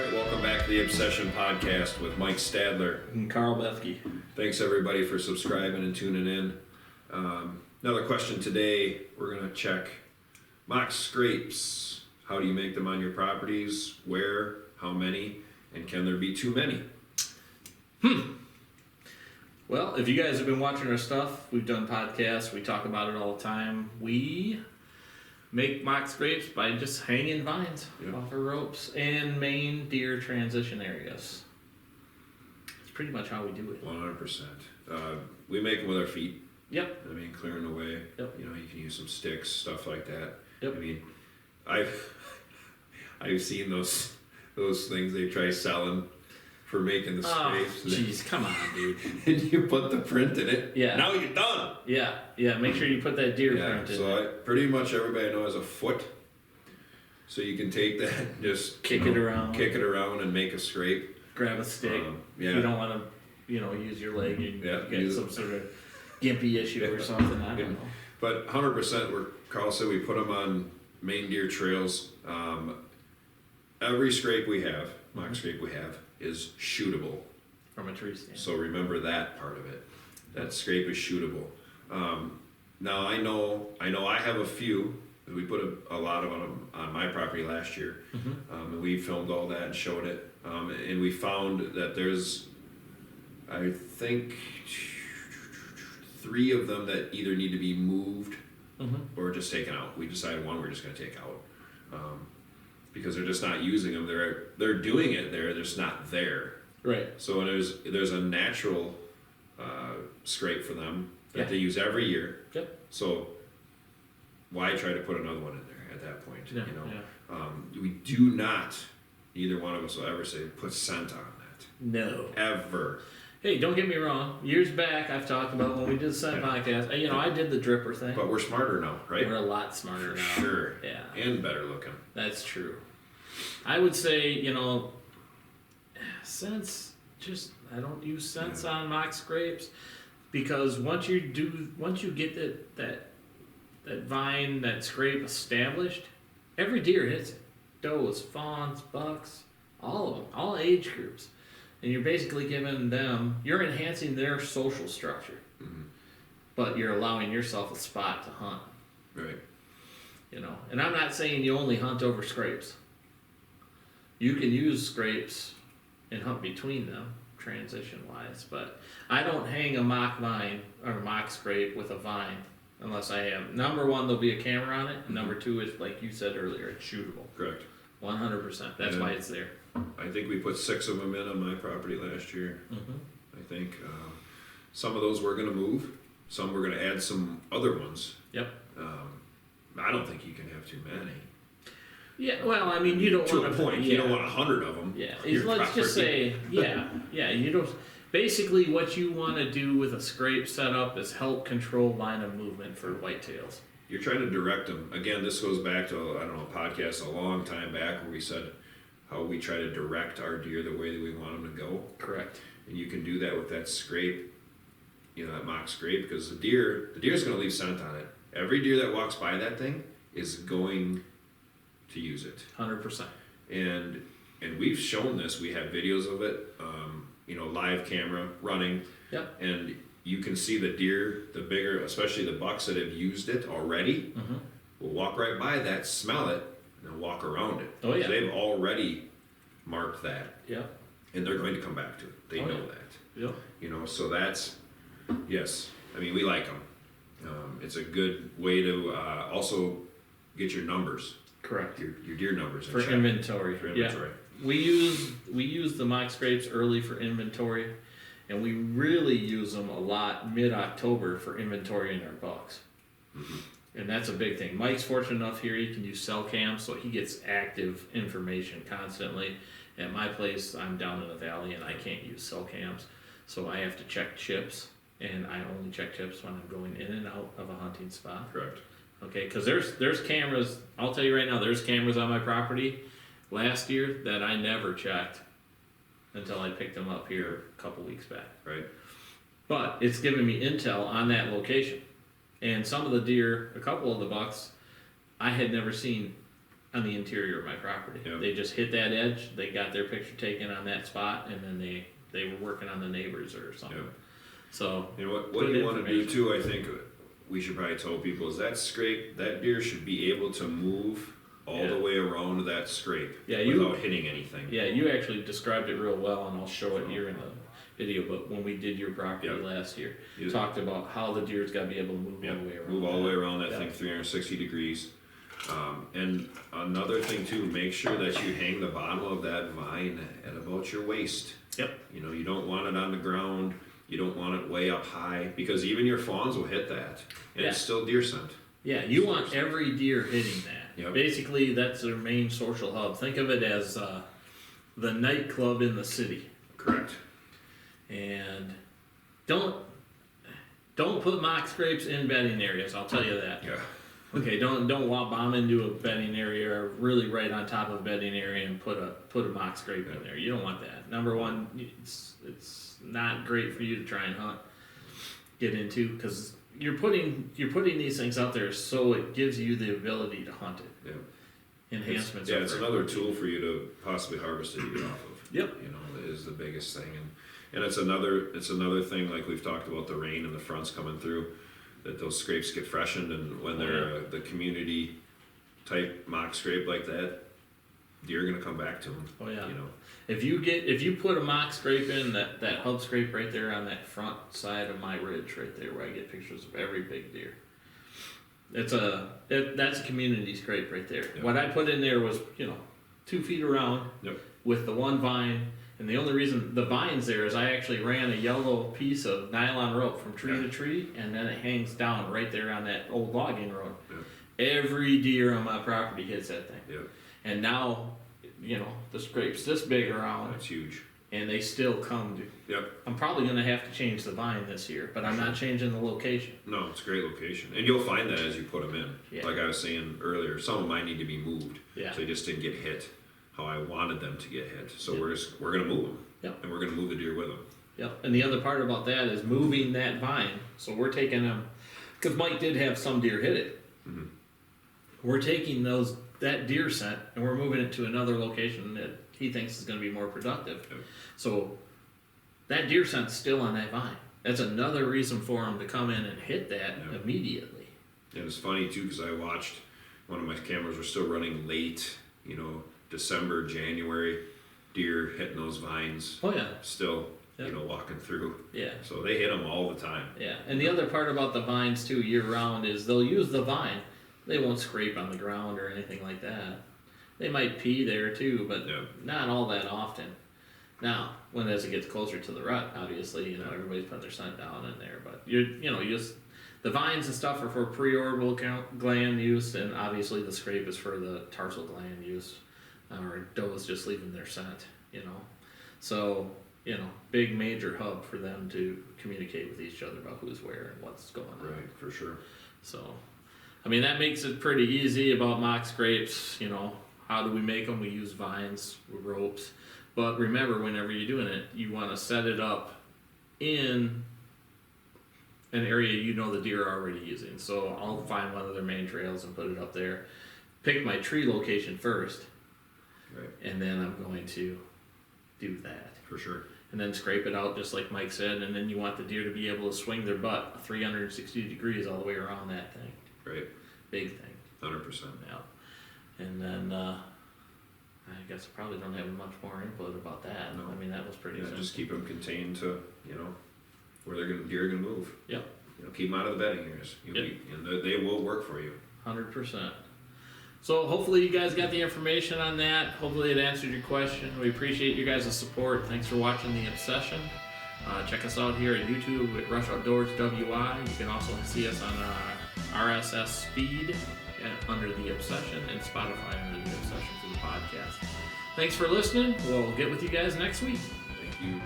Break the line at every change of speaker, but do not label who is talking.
to the Obsession Podcast with Mike Stadler.
And Carl Bethke.
Thanks everybody for subscribing and tuning in. Um, another question today we're going to check mock scrapes. How do you make them on your properties? Where? How many? And can there be too many?
Well, if you guys have been watching our stuff, we've done podcasts, we talk about it all the time. We make mock scrapes by just hanging vines
Yeah.
off of ropes and main deer transition areas. It's pretty much how we do it.
100%. Uh, we make them with our feet.
Yep.
I mean, clearing the way.
Yep.
You know, you can use some sticks, stuff like that.
Yep.
I mean, I've I've seen those those things they try selling for making the
Oh,
scrapes,
jeez, come on, dude.
and you put the print in it.
Yeah.
Now you're done.
Yeah, yeah. Make sure you put that deer
Yeah.
print in.
So I, pretty much everybody I know has a foot, so you can take that, and just
Kick
you
it around.
kick it around, and make a scrape.
Grab a stick.
Um,
If
yeah.
You don't want to, you know, use your leg. You
Yeah,
get
use it.
some sort of gimpy issue or something. I
Yeah.
don't know.
But 100%, where Carl said we put them on main deer trails. Um, every scrape we have,
Mm-hmm.
mock scrape we have, is shootable.
From a tree stand.
So remember that part of it. That scrape is shootable. Um, now I know I know I have a few. We put a, a lot of them on my property last year, um, and we filmed all that and showed it. Um, and we found that there's, I think, three of them that either need to be moved
Mhm.
or just taken out. We decided one we're just going to take out um, because they're just not using them. They're they're doing it there. They're just not there.
Right.
So there's there's a natural uh, scrape for them that
Yeah.
they use every year.
Yep.
So why try to put another one in there at that point?
Yeah.
You know,
yeah.
um, we do not. Neither one of us will ever say put scent on that
No.
ever.
Hey, don't get me wrong. Years back, I've talked about when we did the Sun podcast. uh, You know, I did the dripper thing.
But we're smarter now, right?
We're a lot smarter
For
now.
sure.
Yeah,
And better looking.
that's true. I would say, you know, sense just I don't use sense on mock scrapes because once you do, once you get that that that vine that scrape established, every deer hits it. Does, fawns, bucks, all of them, all age groups, and you're basically giving them, you're enhancing their social structure,
Mhm.
but you're allowing yourself a spot to hunt.
Right.
You know, and I'm not saying you only hunt over scrapes. You can use scrapes and hunt between them, transition wise, but I don't hang a mock vine or mock scrape with a vine unless I have number one, there'll be a camera on it, and number two is like you said earlier, it's shootable.
Correct.
One hundred percent. That's
Yeah.
why it's there.
I think we put six of them in on my property last year.
Mhm.
I think um, some of those we're going to move. Some we're going to add some other ones
Yep.
Um, I don't think you can have too many.
Yeah. Well, I mean, you don't
To a
want
point,
Yeah.
you don't want a hundred of them.
Yeah,
Your
is- let's
property.
just say, yeah, yeah, you don't, basically what you wanna do with a scrape setup is help control line of movement for whitetails.
you're trying to direct them. Again, this goes back to I don't know a podcast a long time back where we said how we try to direct our deer the way that we want them to go,
Correct.
and you can do that with that scrape, you know that mock scrape because the deer the deer's going to leave scent on it. Every deer that walks by that thing is going to use it.
Hundred percent.
and and we've shown this. We have videos of it. Um, you know, live camera running.
Yep.
And you can see the deer, the bigger, especially the bucks that have used it already,
Mhm.
will walk right by that, smell it, and then walk around it.
Oh, yeah.
They've already marked that,
Yep,
and they're going to come back to it. They
Oh,
know
yeah.
that.
yep.
You know, so that's yes. I mean, we like them. Um, it's a good way to uh, also get your numbers,
Correct.
your, your deer numbers in
For
check.
inventory.
For
Yeah.
inventory.
We use, we use the mock scrapes early for inventory and we really use them a lot mid-October for inventory in our bucks. And that's a big thing. Mike's fortunate enough here, he can use cell cam, so he gets active information constantly. At my place, I'm down in the valley and I can't use cell cams, so I have to check chips. And I only check chips when I'm going in and out of a hunting spot.
Correct.
Okay, because there's there's cameras. I'll tell you right now, there's cameras on my property last year that I never checked until I picked them up here a couple weeks back.
Right.
But it's giving me intel on that location. And some of the deer, a couple of the bucks, I had never seen. on the interior of my property.
Yeah.
They just hit that edge. They got their picture taken on that spot, and then they they were working on the neighbors or something.
Yeah.
So
And what, what
Good
you want to do
information.
too, I think we should probably tell people is that scrape, that deer should be able to move all the
Yeah.
way around that scrape
Yeah, you-
without hitting anything.
yeah, you actually described it real well, and I'll show it here in the video. But when we did your property
Yeah.
last year,
You-
talked about how the deer's got to be able to move
Yeah,
all the way around.
move all the way around that
Yeah.
thing 360 degrees. Um, and another thing too, make sure that you hang the bottom of that vine at about your waist.
Yep.
You know, you don't want it on the ground. You don't want it way up high because even your fawns will hit that, and
Yeah.
it's still deer scent.
Yeah, you want every deer hitting that.
Yep.
Basically, that's their main social hub. Think of it as uh, the nightclub in the city,
Correct.
and don't don't put mock scrapes in bedding areas. I'll tell you that.
Yeah.
Okay, don't don't walk bomb into a bedding area, or really right on top of a bedding area, and put a put a mock scrape in there. You don't want that. Number one, it's it's not great for you to try and hunt, get into, because you're putting you're putting these things out there so it gives you the ability to hunt it.
Yeah.
Enhancements.
yeah,
are
it's
great.
another tool for you to possibly harvest a deer off of.
Yep.
You know, is the biggest thing, and and it's another it's another thing like we've talked about the rain and the fronts coming through, that those scrapes get freshened, and when they're uh, the community type mock scrape like that, deer are gonna come back to them.
Oh yeah.
You know.
If you get if you put a mock scrape in that that hub scrape right there on that front side of my ridge right there where I get pictures of every big deer. It's a it, that's a community scrape right there.
Yeah.
What I put in there was you know two feet around
Yep.
with the one vine, and the only reason the vine's there is I actually ran a yellow piece of nylon rope from tree to
Yeah.
tree, and then it hangs down right there on that old logging road.
Yeah.
Every deer on my property hits that thing,
Yep.
and now you know the scrape's this big around
That's huge.
and they still come to.
Yep.
I'm probably gonna have to change the vine this year, but I'm not changing the location.
No, it's a great location, and you'll find that as you put them in.
Yeah.
Like I was saying earlier, some of mine need to be moved.
Yeah.
So they just didn't get hit how I wanted them to get hit. So
Yeah.
we're just we're gonna move them.
Yeah.
And we're gonna move the deer with them.
Yep. And the other part about that is moving that vine. So we're taking them, because Mike did have some deer hit it. We're taking those that deer scent and we're moving it to another location that he thinks is gonna be more productive.
Yep.
So that deer scent's still on that vine. That's another reason for him to come in and hit that
Yeah.
immediately.
And it's funny too because I watched one of my cameras were still running late. You know, December, January, deer hitting those vines
Oh yeah,
still.
Yeah.
You know, walking through.
yeah.
So they hit them all the time.
Yeah, and the other part about the vines too, year round, is they'll use the vine. They won't scrape on the ground or anything like that. They might pee there too, but
Yeah.
not all that often. Now, when as it gets closer to the rut, obviously, you know everybody's putting their scent down in there, but you you know you just the vines and stuff are for preorbital count- gland use, and obviously the scrape is for the tarsal gland use, uh, or does just leaving their scent, you know. So, you know, big major hub for them to communicate with each other about who's where and what's going on.
Right, for sure.
So, I mean, that makes it pretty easy about mock scrapes. You know, how do we make them? We use vines, ropes. But remember, whenever you're doing it, you want to set it up in an area you know the deer are already using. So I'll find one of their main trails and put it up there. Pick my tree location first,
Right,
and then I'm going to do that
for sure.
and then scrape it out just like Mike said, and then you want the deer to be able to swing their butt 360 degrees all the way around that thing,
Right,
big thing.
hundred percent.
Yeah, and then uh, I guess I probably don't have much more input about that.
No.
I mean that was pretty.
Yeah,
simple.
just keep them contained to you know where they're gonna deer are gonna move.
Yep.
You know, keep them out of the bedding areas. You
Yep.
and they, they will work for you.
Hundred percent. So hopefully you guys got the information on that. Hopefully it answered your question. We appreciate you guys' support. Thanks for watching the obsession. Uh, check us out here at YouTube at Rush Outdoors WI. You can also see us on uh, our RSS feed at, under the obsession and Spotify under the obsession for the podcast. Thanks for listening. We'll get with you guys next week.
Thank you.